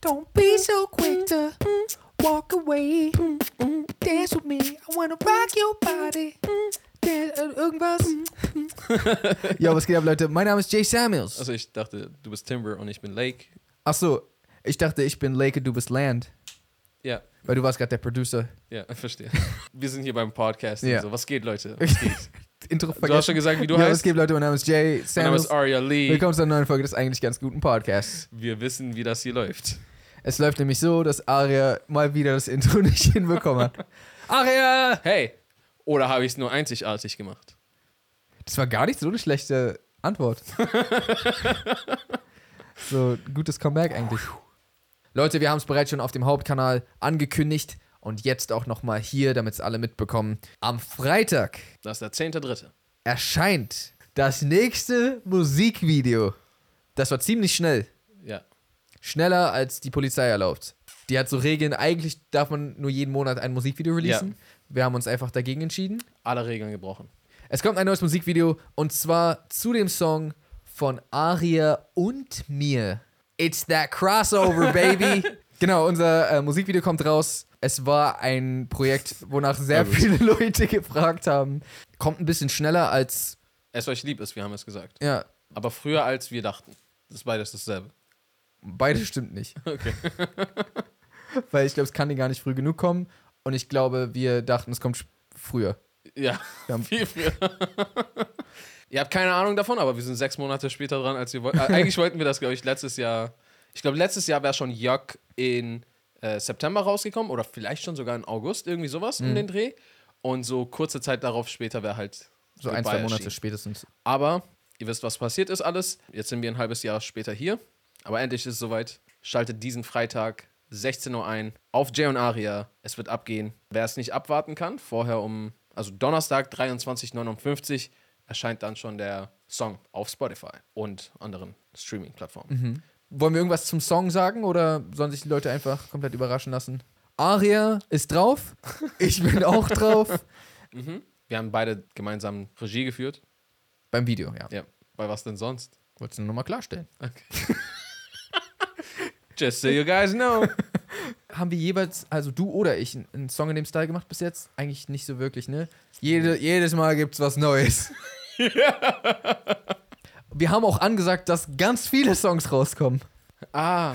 Don't be so quick to walk away. Dance with me. I wanna rock your body. Dance, äh, irgendwas. Ja, was geht ab, Leute? Mein Name ist Jay Samuels. Also ich dachte, du bist Timber und ich bin Lake. Ach so, ich dachte, ich bin Lake und du bist Land. Ja, Oh, Weil du warst gerade der Producer. ja, verstehe. Wir sind hier beim Podcast. und Ja. So. Was geht, Leute? Was geht? Intro Du hast schon gesagt, wie du ja, was heißt. geht, Leute? Mein Name ist Jay Mein Name ist Samuels. Arya Lee. Willkommen zu einer neuen Folge des eigentlich ganz guten Podcasts. Wir wissen, wie das hier läuft. Es läuft nämlich so, dass Aria mal wieder das Intro nicht hinbekommen hat. Aria! Ah, Hey! Oder habe ich es nur einzigartig gemacht? Das war gar nicht so eine schlechte Antwort. so, gutes Comeback eigentlich. Leute, wir haben es bereits schon auf dem Hauptkanal angekündigt und jetzt auch nochmal hier, damit es alle mitbekommen. Am Freitag Das ist der 10.3. erscheint das nächste Musikvideo. Das war ziemlich schnell. Ja. Schneller als die Polizei erlaubt. Die hat so Regeln, eigentlich darf man nur jeden Monat ein Musikvideo releasen. Wir haben uns einfach dagegen entschieden. Alle Regeln gebrochen. Es kommt ein neues Musikvideo und zwar zu dem Song von Aria und mir. It's that crossover, baby. genau, unser äh, Musikvideo kommt raus. Es war ein Projekt, wonach sehr gut. viele Leute gefragt haben. Kommt ein bisschen schneller als, Es euch lieb ist, wir haben es gesagt. ja, Aber früher, als wir dachten. Das ist beides dasselbe. beides stimmt nicht. Okay. Weil ich glaube, es kann dir gar nicht früh genug kommen. Und ich glaube, wir dachten, es kommt sch- früher. Ja, Wir haben- viel früher. Ihr habt keine Ahnung davon, aber wir sind sechs Monate später dran, als wir wollten. Eigentlich wollten wir das, glaube ich, letztes Jahr. Ich glaube, letztes Jahr wäre schon Jörg in äh, September rausgekommen oder vielleicht schon sogar in August, irgendwie sowas Mhm. um den Dreh. Und so kurze Zeit darauf später wäre halt. So Goodbye ein, zwei Monate erschienen. spätestens. Aber ihr wisst, was passiert ist alles. Jetzt sind wir ein halbes Jahr später hier. Aber endlich ist es soweit. Schaltet diesen Freitag 16 Uhr ein auf Jay und Aria. Es wird abgehen. Wer es nicht abwarten kann, vorher um, also Donnerstag 23.59 erscheint dann schon der Song auf Spotify und anderen Streaming-Plattformen. Wollen wir irgendwas zum Song sagen oder sollen sich die Leute einfach komplett überraschen lassen? Aria ist drauf. Ich bin auch drauf. Wir haben beide gemeinsam Regie geführt. Beim Video, ja. Ja, bei was denn sonst? Wolltest du nur nochmal klarstellen. Just so you guys know. Haben wir jeweils, also du oder ich, einen- einen Song in dem Style gemacht bis jetzt? Eigentlich nicht so wirklich, ne? Jede, jedes Mal gibt's was Neues. Wir haben auch angesagt, dass ganz viele Songs rauskommen. Ah.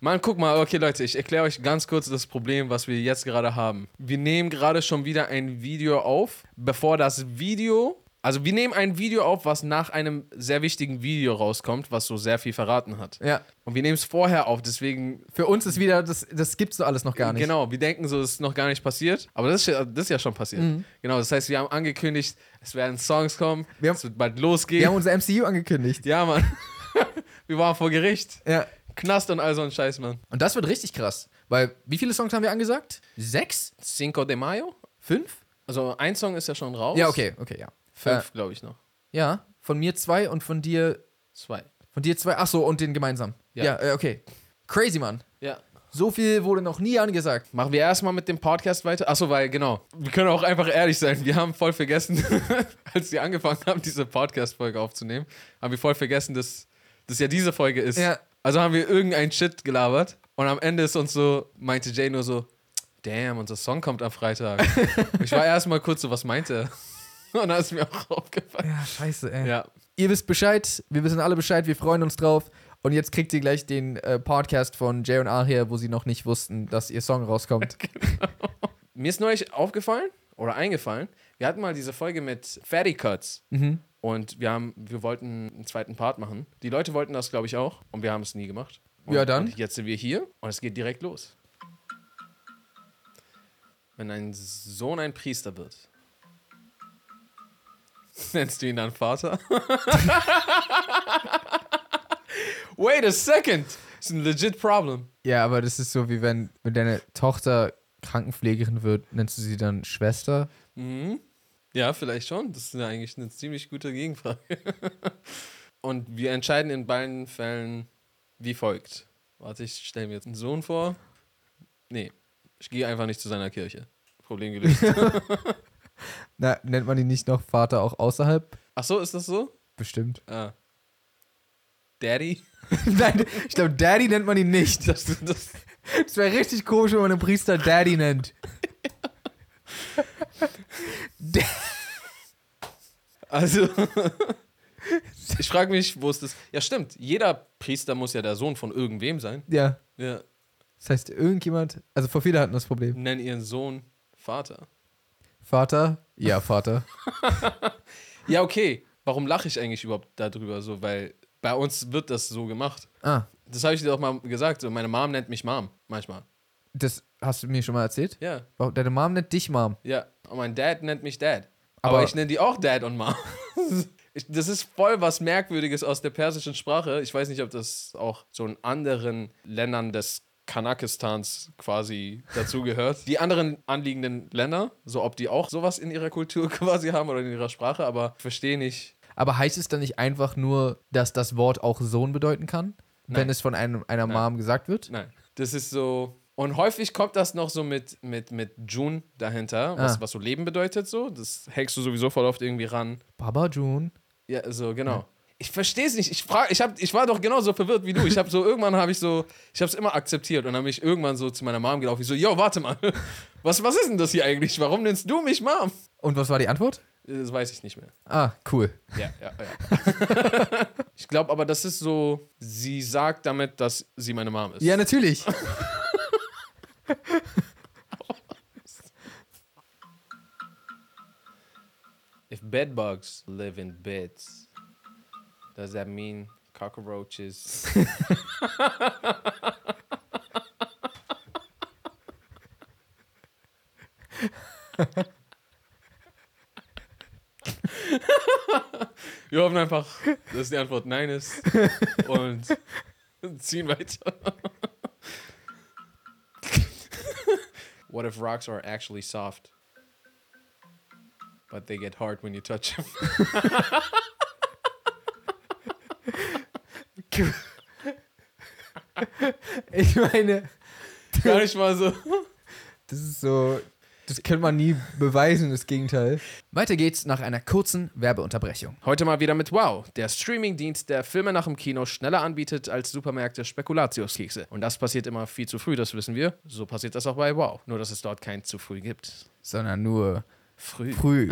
Mann, guck mal, okay Leute, ich erkläre euch ganz kurz das Problem, was wir jetzt gerade haben. Wir nehmen gerade schon wieder ein Video auf, bevor das Video, also wir nehmen ein Video auf, was nach einem sehr wichtigen Video rauskommt, was so sehr viel verraten hat. Ja. Und wir nehmen es vorher auf, deswegen Für uns ist wieder, das, das gibt's so alles noch gar nicht. Genau, wir denken so, es ist noch gar nicht passiert, aber das ist, ja- das ist ja schon passiert. Mhm. Genau, das heißt, wir haben angekündigt, es werden Songs kommen, Wir haben- es wird bald Wir losgehen. haben unser MCU angekündigt. ja, Mann. wir waren vor Gericht, Ja. Knast und all so ein Scheiß, Mann. Und das wird richtig krass. Weil, wie viele Songs haben wir angesagt? Sechs? Cinco de Mayo? Fünf? Also ein Song ist ja schon raus. Ja, okay, okay, ja. Fünf, glaube ich, noch. Äh, ja, von mir zwei und von dir, Zwei. von dir zwei. Ach so, und den gemeinsam. Ja, Ja. äh, okay. Crazy, Mann. Ja. So viel wurde noch nie angesagt. Machen wir erstmal mit dem Podcast weiter. Achso, weil, genau. Wir können auch einfach ehrlich sein. Wir haben voll vergessen, als wir angefangen haben, diese Podcast-Folge aufzunehmen, haben wir voll vergessen, dass das ja diese Folge ist. Ja. Also haben wir irgendeinen Shit gelabert und am Ende ist uns so, meinte Jay nur so, damn, unser Song kommt am Freitag. ich war erstmal kurz so, was meinte er? Und dann ist mir auch aufgefallen. Ja, scheiße, ey. Ja. Ihr wisst Bescheid, wir wissen alle Bescheid, wir freuen uns drauf. Und jetzt kriegt ihr gleich den äh, Podcast von Jay und Aria, wo sie noch nicht wussten, dass ihr Song rauskommt. Mir ist neulich aufgefallen oder eingefallen, wir hatten mal diese Folge mit Fatty Cuts. Mhm. Und wir haben, wir wollten einen zweiten Part machen. Die Leute wollten das, glaube ich, auch. Und wir haben es nie gemacht. Und, Ja, dann. Und jetzt sind wir hier und es geht direkt los. Wenn ein Sohn ein Priester wird, nennst du ihn dann Vater? Wait a second! It's a legit problem. Ja, aber das ist so, wie wenn, wenn deine Tochter Krankenpflegerin wird, nennst du sie dann Schwester? Mhm. Ja, vielleicht schon. Das ist ja eigentlich eine ziemlich gute Gegenfrage. Und wir entscheiden in beiden Fällen wie folgt. Warte, ich stelle mir jetzt einen Sohn vor. Nee, ich gehe einfach nicht zu seiner Kirche. Problem gelöst. Na, nennt man ihn nicht noch Vater auch außerhalb? Ach so, ist das so? Bestimmt. Ah. Daddy. Nein, ich glaube, Daddy nennt man ihn nicht. Das, das, Es wäre richtig komisch, wenn man einen Priester Daddy nennt. also, ich frage mich, wo ist das? Ja, stimmt. Jeder Priester muss ja der Sohn von irgendwem sein. Ja. Ja. Das heißt, irgendjemand, also vor viele hatten das Problem. Nenn ihren Sohn Vater. Vater? Ja, Vater. Ja, okay. Warum lache ich eigentlich überhaupt darüber so? Weil bei uns wird das so gemacht. Ah, Das habe ich dir doch mal gesagt. So, meine Mom nennt mich Mom manchmal. das hast du mir schon mal erzählt? Ja, Warum- Deine Mom nennt dich Mom. ja. Und mein Dad nennt mich Dad. Aber, Aber- ich nenne die auch Dad und Mom. Ich, das ist voll was Merkwürdiges aus der persischen Sprache. Ich weiß nicht, ob das auch so in anderen Ländern des Kanakistans quasi dazugehört. Die anderen anliegenden Länder, so ob die auch sowas in ihrer Kultur quasi haben oder in ihrer Sprache, aber ich verstehe nicht. Aber heißt es dann nicht einfach nur, dass das Wort auch Sohn bedeuten kann? Nein. Wenn es von einem, einer Mom gesagt wird? Nein. Das ist so. Und häufig kommt das noch so mit, mit, mit Jun dahinter, was, Ah. was so Leben bedeutet, so. Das hängst du sowieso voll oft irgendwie ran. Baba June. Ja, so, genau. Ich verstehe es nicht. Ich, frag, ich, hab, ich war doch genauso verwirrt wie du. Ich habe so, irgendwann habe ich so, ich habe es immer akzeptiert und habe mich irgendwann so zu meiner Mom gelaufen. Ich so, yo, warte mal. Was, was ist denn das hier eigentlich? Warum nennst du mich Mom? Und was war die Antwort? Das weiß ich nicht mehr. Ah, cool. Ja, ja, ja. ich glaube aber, das ist so, sie sagt damit, dass sie meine Mom ist. Ja, natürlich. If bedbugs live in beds, does that mean cockroaches? Wir hoffen einfach, dass die Antwort Nein ist und ziehen weiter. What if rocks are actually soft, but they get hard when you touch them? Ich meine, Gar nicht mal so. das ist so. Das kann man nie beweisen, das Gegenteil. Weiter geht's nach einer kurzen Werbeunterbrechung. Heute mal wieder mit Wow, der Streamingdienst, der Filme nach dem Kino schneller anbietet als Supermärkte Spekulatiuskekse. Und das passiert immer viel zu früh, das wissen wir. So passiert das auch bei Wow, nur dass es dort kein zu früh gibt. Sondern nur Früh. früh.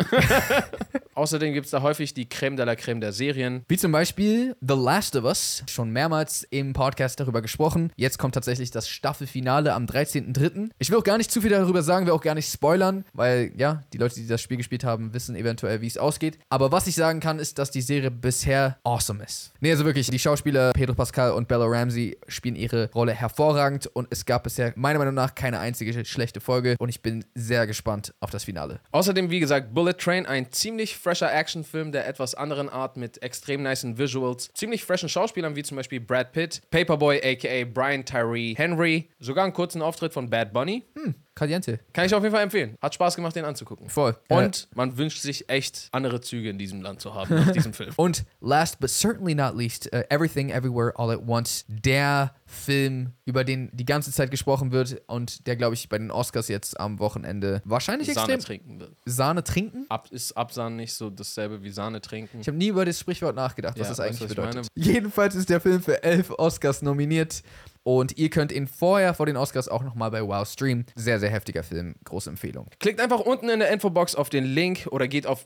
Außerdem gibt es da häufig die Creme de la Creme der Serien. Wie zum Beispiel The Last of Us, schon mehrmals im Podcast darüber gesprochen. Jetzt kommt tatsächlich das Staffelfinale am 13.03. Ich will auch gar nicht zu viel darüber sagen, will auch gar nicht spoilern, weil ja, die Leute, die das Spiel gespielt haben, wissen eventuell, wie es ausgeht. Aber was ich sagen kann, ist, dass die Serie bisher awesome ist. Nee, also wirklich, die Schauspieler Pedro Pascal und Bella Ramsey spielen ihre Rolle hervorragend und es gab bisher meiner Meinung nach keine einzige schlechte Folge und ich bin sehr gespannt auf das Finale. Außerdem, wie gesagt, Bullet Train, ein ziemlich fresher Actionfilm der etwas anderen Art mit extrem nicen Visuals, ziemlich freshen Schauspielern wie zum Beispiel Brad Pitt, Paperboy aka Brian Tyree Henry, sogar einen kurzen Auftritt von Bad Bunny. Caliente. Kann ich auf jeden Fall empfehlen. Hat Spaß gemacht, den anzugucken. Voll. Und man wünscht sich echt andere Züge in diesem Land zu haben nach diesem Film. Und last but certainly not least, äh, Everything Everywhere All at Once, der Film, über den die ganze Zeit gesprochen wird und der, glaube ich, bei den Oscars jetzt am Wochenende wahrscheinlich Sahne extrem trinken wird. Sahne trinken. Ab, ist Absahnen nicht so dasselbe wie Sahne trinken? Ich habe nie über das Sprichwort nachgedacht, was Ja, das weißt eigentlich du, was ich bedeutet. Jedenfalls ist der Film für elf Oscars nominiert und ihr könnt ihn vorher vor den Oscars auch nochmal bei Wow streamen. Sehr, sehr heftiger Film, große Empfehlung. Klickt einfach unten in der Infobox auf den Link oder geht auf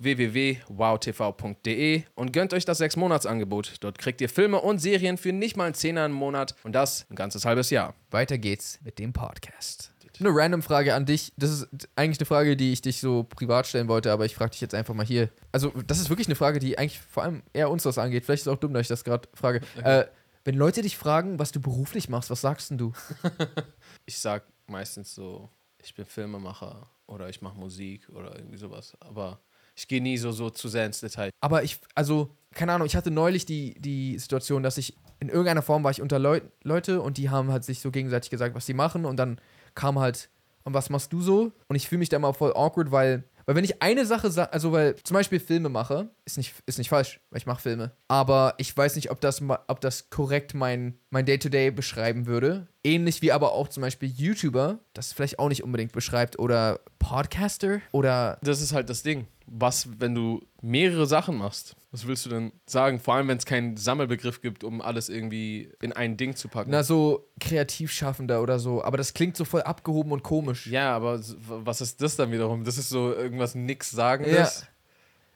www.wowtv.de und gönnt euch das 6-Monats-Angebot. Dort kriegt ihr Filme und Serien für nicht mal einen Zehner im Monat und das ein ganzes halbes Jahr. Weiter geht's mit dem Podcast. Eine random Frage an dich. Das ist eigentlich eine Frage, die ich dich so privat stellen wollte, aber ich frage dich jetzt einfach mal hier. Also, das ist wirklich eine Frage, die eigentlich vor allem eher uns was angeht. Vielleicht ist es auch dumm, dass ich das gerade frage. Äh, wenn Leute dich fragen, was du beruflich machst, was sagst denn du? Ich sag meistens so, ich bin Filmemacher oder ich mache Musik oder irgendwie sowas, aber ich gehe nie so, so zu sehr ins Detail. Aber ich, also, keine Ahnung, ich hatte neulich die, die Situation, dass ich in irgendeiner Form war ich unter Leu Leute und die haben halt sich so gegenseitig gesagt, was sie machen und dann kam halt, und was machst du so? Und ich fühle mich da mal voll awkward, weil, weil wenn ich eine Sache sage, also weil zum Beispiel Filme mache, ist nicht, ist nicht falsch, weil ich mache Filme, aber ich weiß nicht, ob das, ma- ob das korrekt mein, mein Day-to-Day beschreiben würde. Ähnlich wie aber auch zum Beispiel YouTuber, das vielleicht auch nicht unbedingt beschreibt oder Podcaster oder Das ist halt das Ding. Was, wenn du mehrere Sachen machst? Was willst du denn sagen? Vor allem, wenn es keinen Sammelbegriff gibt, um alles irgendwie in ein Ding zu packen. Na, so Kreativschaffender oder so. Aber das klingt so voll abgehoben und komisch. ja, aber s- w- was ist das dann wiederum? Das ist so irgendwas nix sagendes. Ja.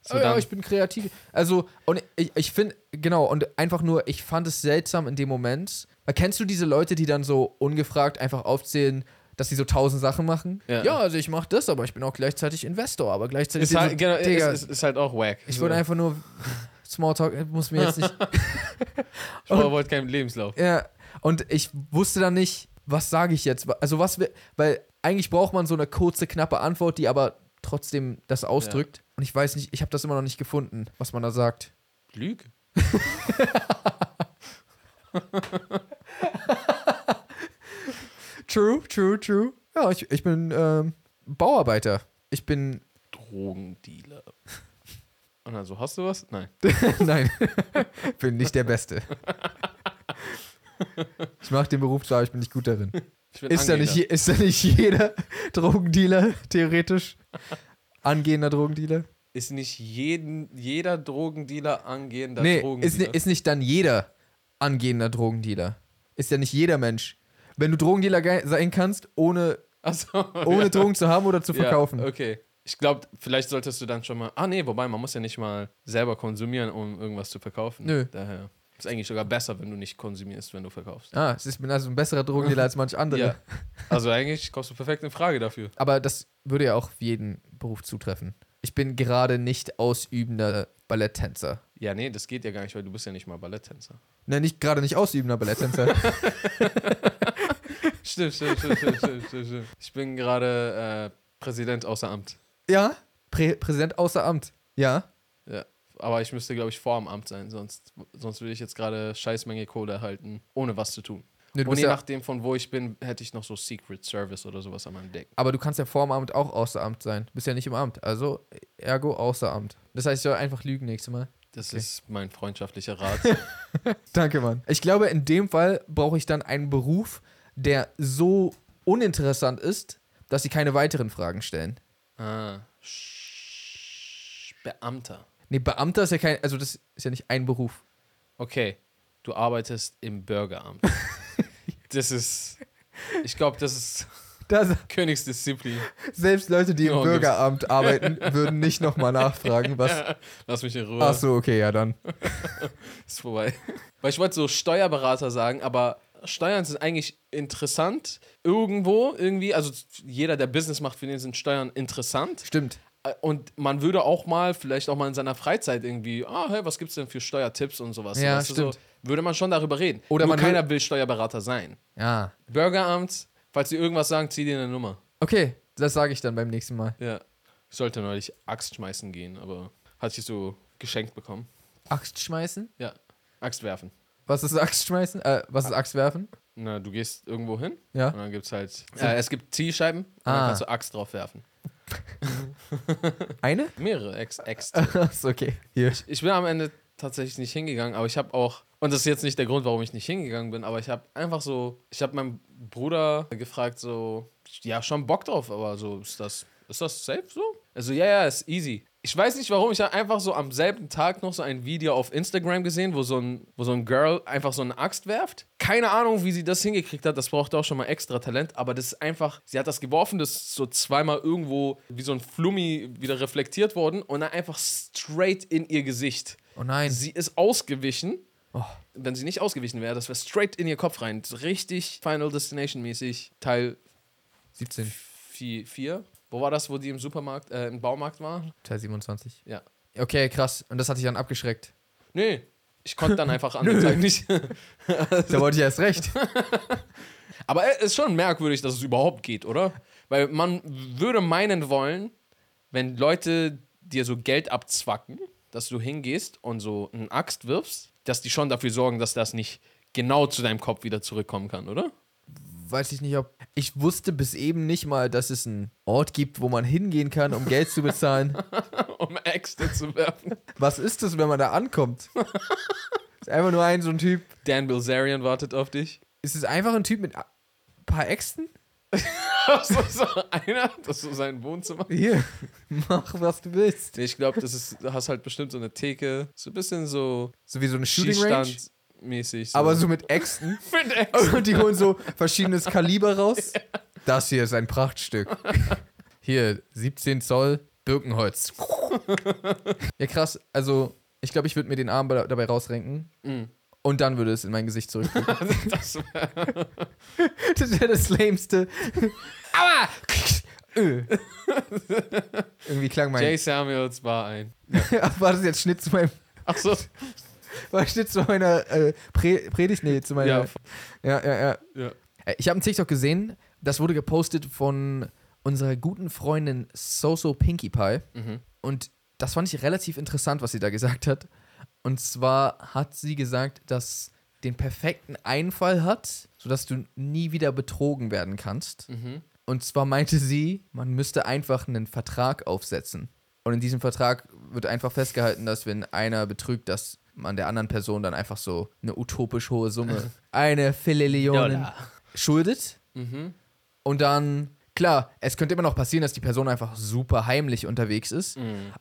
So Ah ja, dann- ich bin kreativ. Also, und ich, ich finde, genau, und einfach nur, ich fand es seltsam in dem Moment. Weil Kennst du diese Leute, die dann so ungefragt einfach aufzählen, dass sie so tausend Sachen machen? Ja. also ich mache das, aber ich bin auch gleichzeitig Investor, aber gleichzeitig. ist, halt, genau, Digga, ist, ist, ist halt auch wack. ich würde einfach nur. Smalltalk muss mir jetzt nicht. ich wollte keinen Lebenslauf. Ja, und ich wusste dann nicht, was sage ich jetzt? Also was wir, weil eigentlich braucht man so eine kurze, knappe Antwort, die aber trotzdem das ausdrückt. Und ich weiß nicht, ich habe das immer noch nicht gefunden, was man da sagt. Lüge. True, true, true. Ja, ich, ich bin ähm, Bauarbeiter. Ich bin, Drogendealer. Und dann so, hast du was? Nein. nein, bin nicht der Beste. Ich mache den Beruf zwar, aber ich bin nicht gut darin. Ich bin Ist da, nicht, Angehender. je- ist da nicht jeder Drogendealer theoretisch? Angehender Drogendealer? Ist nicht jeden, jeder Drogendealer angehender nee, ist, Drogendealer? ni- ist nicht dann jeder angehender Drogendealer. Ist ja nicht jeder Mensch. Wenn du Drogendealer ge- sein kannst, ohne, Achso, ohne Drogen zu haben oder zu verkaufen. Ja, okay. Ich glaube, vielleicht solltest du dann schon mal. Ah, nee, wobei, man muss ja nicht mal selber konsumieren, um irgendwas zu verkaufen. Nö. Daher ist eigentlich sogar besser, wenn du nicht konsumierst, wenn du verkaufst. Ah, es ist bin also ein besserer Drogendealer als manch andere. Ja. Also eigentlich kommst du perfekt in Frage dafür. Aber das würde ja auch auf jeden Beruf zutreffen. Ich bin gerade nicht ausübender Balletttänzer. Ja, nee, das geht ja gar nicht, weil du bist ja nicht mal Balletttänzer. Ne, nicht gerade nicht ausübender Balletttänzer. Stimmt, stimmt, stimmt, stimmt, stimmt, stimmt, stimmt. Ich bin gerade äh, Präsident außer Amt. ja? Prä Präsident außer Amt. Ja. Ja. Aber ich müsste, glaube ich, vor dem Amt sein, sonst, sonst würde ich jetzt gerade Scheißmenge Kohle erhalten, ohne was zu tun. Ne, du Und bist je ja nachdem, von wo ich bin, hätte ich noch so Secret Service oder sowas an meinem Deck. aber du kannst ja vor dem Amt auch außer Amt sein. Du bist ja nicht im Amt. Also, ergo außer Amt. Das heißt, ich soll einfach lügen nächstes Mal. Das Okay. ist mein freundschaftlicher Rat. Danke, Mann. Ich glaube, in dem Fall brauche ich dann einen Beruf, der so uninteressant ist, dass sie keine weiteren Fragen stellen. ah, Sch- Beamter. Nee, Beamter ist ja kein, also das ist ja nicht ein Beruf. Okay, du arbeitest im Bürgeramt. das ist, ich glaube, das ist Das, Königsdisziplin. selbst Leute, die im Genau, gibt's. Bürgeramt arbeiten, würden nicht nochmal nachfragen, was. Lass mich in Ruhe. Ach so, okay, ja dann. Ist vorbei. Weil ich wollte so Steuerberater sagen, aber Steuern sind eigentlich interessant. Irgendwo, irgendwie. Also jeder, der Business macht, für den sind Steuern interessant. Stimmt. Äh, Und man würde auch mal, vielleicht auch mal in seiner Freizeit irgendwie, ah, hey, was gibt's denn für Steuertipps und sowas? Ja, Weißt du, so, stimmt. würde man schon darüber reden. Oder Nur man keiner will Steuerberater sein. Ja. Bürgeramt, falls sie irgendwas sagen, zieh dir eine Nummer. Okay, das sage ich dann beim nächsten Mal. Ja. Ich sollte neulich Axt schmeißen gehen, aber hatte ich so geschenkt bekommen. Axt schmeißen? Ja. Axt werfen. Was ist Axt schmeißen? Äh, was ist Axt werfen? Na, du gehst irgendwo hin Ja. und dann gibt's halt. Äh, es gibt Zielscheiben und Ah. dann kannst du Axt drauf werfen. Eine? Mehrere Ex Äxte. Ach so, okay. Hier. Ich bin am Ende tatsächlich nicht hingegangen, aber ich habe auch, und das ist jetzt nicht der Grund, warum ich nicht hingegangen bin, aber ich habe einfach so, ich habe meinen Bruder gefragt, so, ja, schon Bock drauf, aber so, ist das, ist das safe so? Also, ja, ja, ist easy. Ich weiß nicht warum, ich habe einfach so am selben Tag noch so ein Video auf Instagram gesehen, wo so, ein, wo so ein Girl einfach so eine Axt werft. Keine Ahnung, wie sie das hingekriegt hat, das braucht auch schon mal extra Talent, aber das ist einfach, sie hat das geworfen, das ist so zweimal irgendwo wie so ein Flummi wieder reflektiert worden und dann einfach straight in ihr Gesicht. Oh nein. Sie ist ausgewichen. Oh. Wenn sie nicht ausgewichen wäre, das wäre straight in ihr Kopf rein. So Richtig Final Destination mäßig. Teil 17, 4. Wo war das, wo die im Supermarkt, äh, im Baumarkt war? Teil 27. Ja. Okay, krass. Und das hat dich dann abgeschreckt. Nee, ich konnte dann einfach an dem Tag nicht. Da wollte ich erst recht. Aber es ist schon merkwürdig, dass es überhaupt geht, oder? Weil man würde meinen wollen, wenn Leute dir so Geld abzwacken, dass du hingehst und so eine Axt wirfst, dass die schon dafür sorgen, dass das nicht genau zu deinem Kopf wieder zurückkommen kann, oder? Weiß ich nicht, ob. Ich wusste bis eben nicht mal, dass es einen Ort gibt, wo man hingehen kann, um Geld zu bezahlen. Um Äxte zu werfen. Was ist das, wenn man da ankommt? Ist einfach nur ein so ein Typ. Dan Bilzerian wartet auf dich. Ist es einfach ein Typ mit a- paar Äxten? das ist so einer, das ist so sein Wohnzimmer. Hier, mach was du willst. Nee, ich glaube, das ist, du hast halt bestimmt so eine Theke, so ein bisschen so So wie so eine Shooting Range, Schießstand-mäßig. So. aber so Oh mit Äxten. mit Ex. Und die holen so verschiedenes Kaliber raus. Das hier ist ein Prachtstück. Hier, 17 Zoll Birkenholz. Ja, krass. Also, ich glaube, ich würde mir den Arm ba- dabei rausrenken. Und dann würde es in mein Gesicht zurückfliegen. Mhm. Das wär- das wäre das Lämste. Aua! Ö. Irgendwie klang mein. Jay Samuels war ein. War das jetzt Schnitt zu meinem. Achso, War Schnitt zu meiner äh, Pre Predigt? Nee, zu meiner. ja. ja, ja. ja. ja. Äh, Ich habe einen TikTok gesehen, das wurde gepostet von unserer guten Freundin Soso Pinkie Pie. Mhm, Und das fand ich relativ interessant, was sie da gesagt hat. Und zwar hat sie gesagt, dass den perfekten Einfall hat, sodass du nie wieder betrogen werden kannst. mhm. Und zwar meinte sie, man müsste einfach einen Vertrag aufsetzen. Und in diesem Vertrag wird einfach festgehalten, dass wenn einer betrügt, dass man der anderen Person dann einfach so eine utopisch hohe Summe, eine Filillionen Dollar. schuldet. Und dann, klar, es könnte immer noch passieren, dass die Person einfach super heimlich unterwegs ist.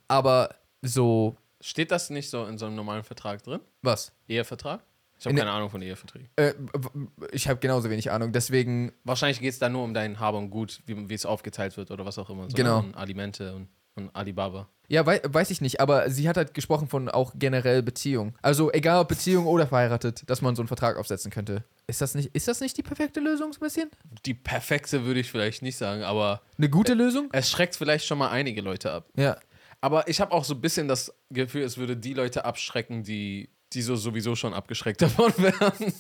Aber so, Steht das nicht so in so einem normalen Vertrag drin? was? Ehevertrag? Ich habe In der- keine Ahnung von Eheverträgen. Äh, w- w- ich habe genauso wenig Ahnung. Deswegen, Wahrscheinlich geht es da nur um dein Habe und Gut, wie wie es aufgeteilt wird oder was auch immer. So Genau. Und Alimente und, und Alibaba. ja, wei weiß ich nicht. Aber sie hat halt gesprochen von auch generell Beziehung. Also egal ob Beziehung oder verheiratet, dass man so einen Vertrag aufsetzen könnte. Ist das nicht, ist das nicht die perfekte Lösung so ein bisschen? Die perfekte würde ich vielleicht nicht sagen, aber Eine gute Lösung? es schreckt vielleicht schon mal einige Leute ab. Ja. Aber ich habe auch so ein bisschen das Gefühl, es würde die Leute abschrecken, die, die so sowieso schon abgeschreckt davon wären.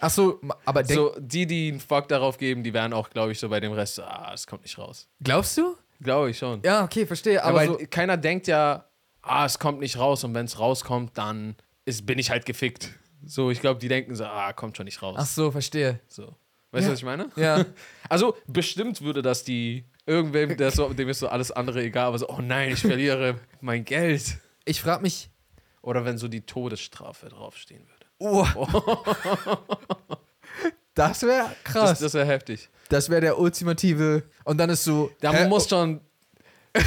Ach so, ma- aber denk, So, die, die einen Fuck darauf geben, die wären auch, glaube ich, so bei dem Rest, so, ah, es kommt nicht raus. glaubst du? Glaube ich schon. Ja, okay, verstehe. Aber Aber so, keiner denkt ja, ah, es kommt nicht raus und wenn es rauskommt, dann ist, bin ich halt gefickt. So, ich glaube, die denken so, ah, kommt schon nicht raus. ach so, verstehe. So. Weißt du, was ich meine? Ja. Also, bestimmt würde das die, irgendwem, der so, dem ist so alles andere egal, aber so, oh nein, ich verliere mein Geld. Ich frage mich, Oder wenn so die Todesstrafe draufstehen würde. oh. das wäre krass. Das, das wäre heftig. Das wäre der ultimative. Und dann ist so. Da hä, muss schon.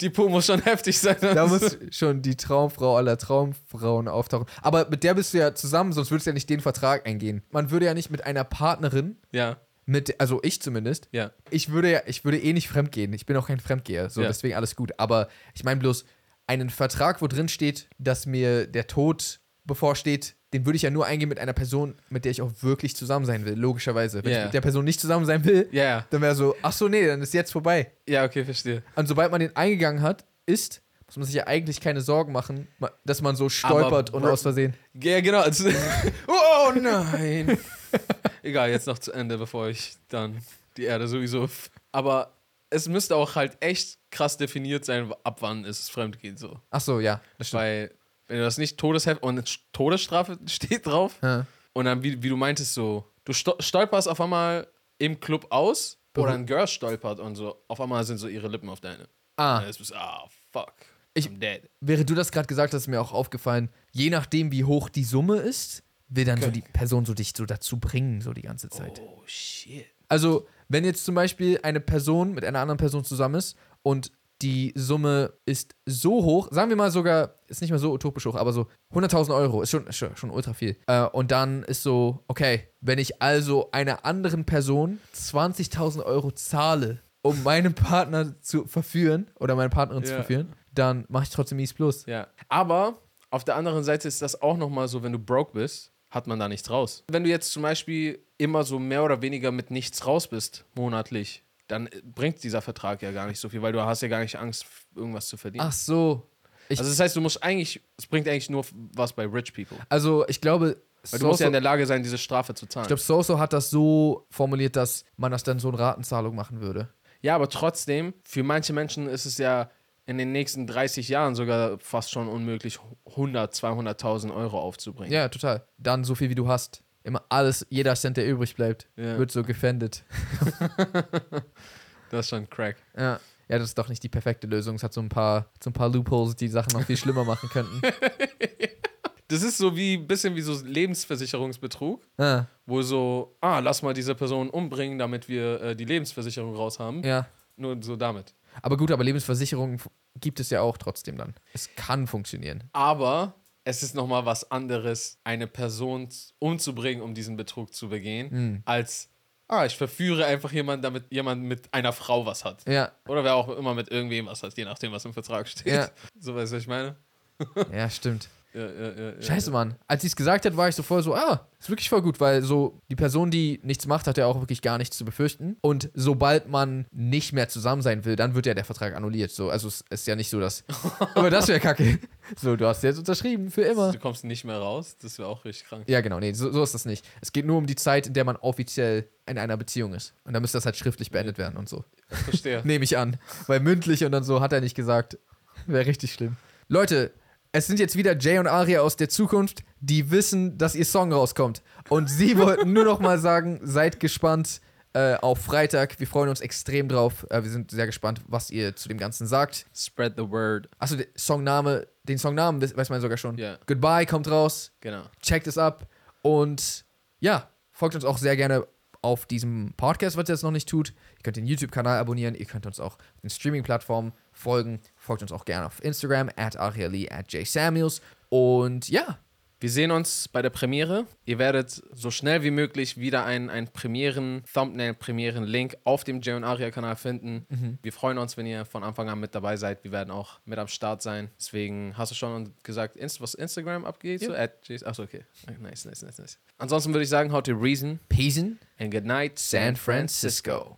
die Po muss schon heftig sein. da muss schon die Traumfrau aller Traumfrauen auftauchen. Aber mit der bist du ja zusammen, sonst würdest du ja nicht den Vertrag eingehen. Man würde ja nicht mit einer Partnerin, ja, mit, also ich zumindest, ja. ich würde ja, ich würde eh nicht fremdgehen. Ich bin auch kein Fremdgeher, so Ja. deswegen alles gut. Aber ich meine bloß, einen Vertrag, wo drin steht, dass mir der Tod bevorsteht, den würde ich ja nur eingehen mit einer Person, mit der ich auch wirklich zusammen sein will, logischerweise. Wenn Ja. ich mit der Person nicht zusammen sein will, Ja, ja. dann wäre so, ach so, nee, dann ist jetzt vorbei. Ja, okay, verstehe. Und sobald man den eingegangen hat, ist, muss man sich ja eigentlich keine Sorgen machen, ma- dass man so stolpert Aber und Br- aus Versehen. Ja, genau. also- Oh nein! Egal, jetzt noch zu Ende, bevor ich dann die Erde sowieso. f- Aber es müsste auch halt echt krass definiert sein, ab wann ist es Fremdgehen so. Ach so, ja, das stimmt. Weil, wenn du das nicht Todesheft und Sch- Todesstrafe steht drauf Ja. und dann, wie, wie du meintest, so, du sto- stolperst auf einmal im Club aus oder ein Girl stolpert und so, auf einmal sind so ihre Lippen auf deine. Ah, Und jetzt bist du, ah, fuck. Ich- I'm dead. während du das gerade gesagt hast, ist mir auch aufgefallen, je nachdem, wie hoch die Summe ist, will dann so die Person so dich so dazu bringen, so die ganze Zeit. Oh shit. Also, wenn jetzt zum Beispiel eine Person mit einer anderen Person zusammen ist und die Summe ist so hoch, sagen wir mal sogar, ist nicht mehr so utopisch hoch, aber so 100.000 Euro ist schon, schon, schon ultra viel. Äh, und dann ist so, okay, wenn ich also einer anderen Person 20.000 Euro zahle, um meinen Partner zu verführen oder meine Partnerin zu Ja. verführen, dann mache ich trotzdem mies plus. Ja. Aber auf der anderen Seite ist das auch nochmal so, wenn du broke bist, hat man da nichts raus. Wenn du jetzt zum Beispiel immer so mehr oder weniger mit nichts raus bist, monatlich, dann äh, bringt dieser Vertrag ja gar nicht so viel, weil du hast ja gar nicht Angst, f- irgendwas zu verdienen. Ach so. Ich, Also also, das heißt, du musst eigentlich, es bringt eigentlich nur f- was bei rich people. Also, ich glaube, Weil so- du musst ja so- in der Lage sein, diese Strafe zu zahlen. ich glaube, Soso hat das so formuliert, dass man das dann so eine Ratenzahlung machen würde. Ja, aber trotzdem, für manche Menschen ist es ja in den nächsten 30 Jahren sogar fast schon unmöglich, 100, 200.000 Euro aufzubringen. Ja, total. Dann so viel wie du hast. Immer alles, jeder Cent, der übrig bleibt, Ja. wird so gefändet. Das ist schon Crack. Ja. ja, das ist doch nicht die perfekte Lösung. Es hat so ein paar, so ein paar Loopholes, die Sachen noch viel schlimmer machen könnten. Das ist so wie ein bisschen wie so Lebensversicherungsbetrug, Ah, wo so, ah, lass mal diese Person umbringen, damit wir äh, die Lebensversicherung raus haben. ja. Nur so damit. Aber gut, aber Lebensversicherungen f- gibt es ja auch trotzdem dann. Es kann funktionieren. Aber es ist nochmal was anderes, eine Person z- umzubringen, um diesen Betrug zu Mhm. begehen, als, ah, ich verführe einfach jemanden, damit jemand mit einer Frau was hat. Ja, Oder wer auch immer mit irgendwem was hat, je nachdem, was im Vertrag steht. Ja. So weißt du, was ich meine? ja, stimmt. Ja, ja, ja, ja. Scheiße, Mann. Als sie es gesagt hat, war ich so voll so, ah, ist wirklich voll gut, weil so die Person, die nichts macht, hat ja auch wirklich gar nichts zu befürchten. Und sobald man nicht mehr zusammen sein will, dann wird ja der Vertrag annulliert. So, also es ist ja nicht so, dass. aber das wäre kacke. So, du hast jetzt unterschrieben, für immer. Du kommst nicht mehr raus, das wäre auch richtig krank. Ja, genau, nee, so, so ist das nicht. Es geht nur um die Zeit, in der man offiziell in einer Beziehung ist. Und dann müsste das halt schriftlich beendet werden und so. Ich verstehe. Nehme ich an. Weil mündlich und dann so hat er nicht gesagt. Wäre richtig schlimm. Leute, es sind jetzt wieder Jay und Aria aus der Zukunft, die wissen, dass ihr Song rauskommt. Und sie wollten nur noch mal sagen, seid gespannt äh, auf Freitag. Wir freuen uns extrem drauf. Äh, wir sind sehr gespannt, was ihr zu dem Ganzen sagt. Spread the word. Achso, der Songname, den Songnamen das weiß man sogar schon. Ja. Goodbye kommt raus. Genau. Checkt es ab. Und ja, folgt uns auch sehr gerne auf diesem Podcast, was ihr jetzt noch nicht tut. Ihr könnt den YouTube-Kanal abonnieren, ihr könnt uns auch auf den Streaming-Plattformen folgen. Folgt uns auch gerne auf Instagram, at Ariali, at jsamuels. Und ja, Wir sehen uns bei der Premiere. Ihr werdet so schnell wie möglich wieder einen, einen Premieren-Thumbnail, Premieren-Link auf dem Jay und Aria-Kanal finden. mhm. Wir freuen uns, wenn ihr von Anfang an mit dabei seid. Wir werden auch mit am Start sein. Deswegen hast du schon gesagt, Inst was Instagram abgeht? Ja. So, at Jays- Achso, okay. okay. Nice, nice, nice, nice. Ansonsten würde ich sagen, how to reason Peace in and good night, San Francisco.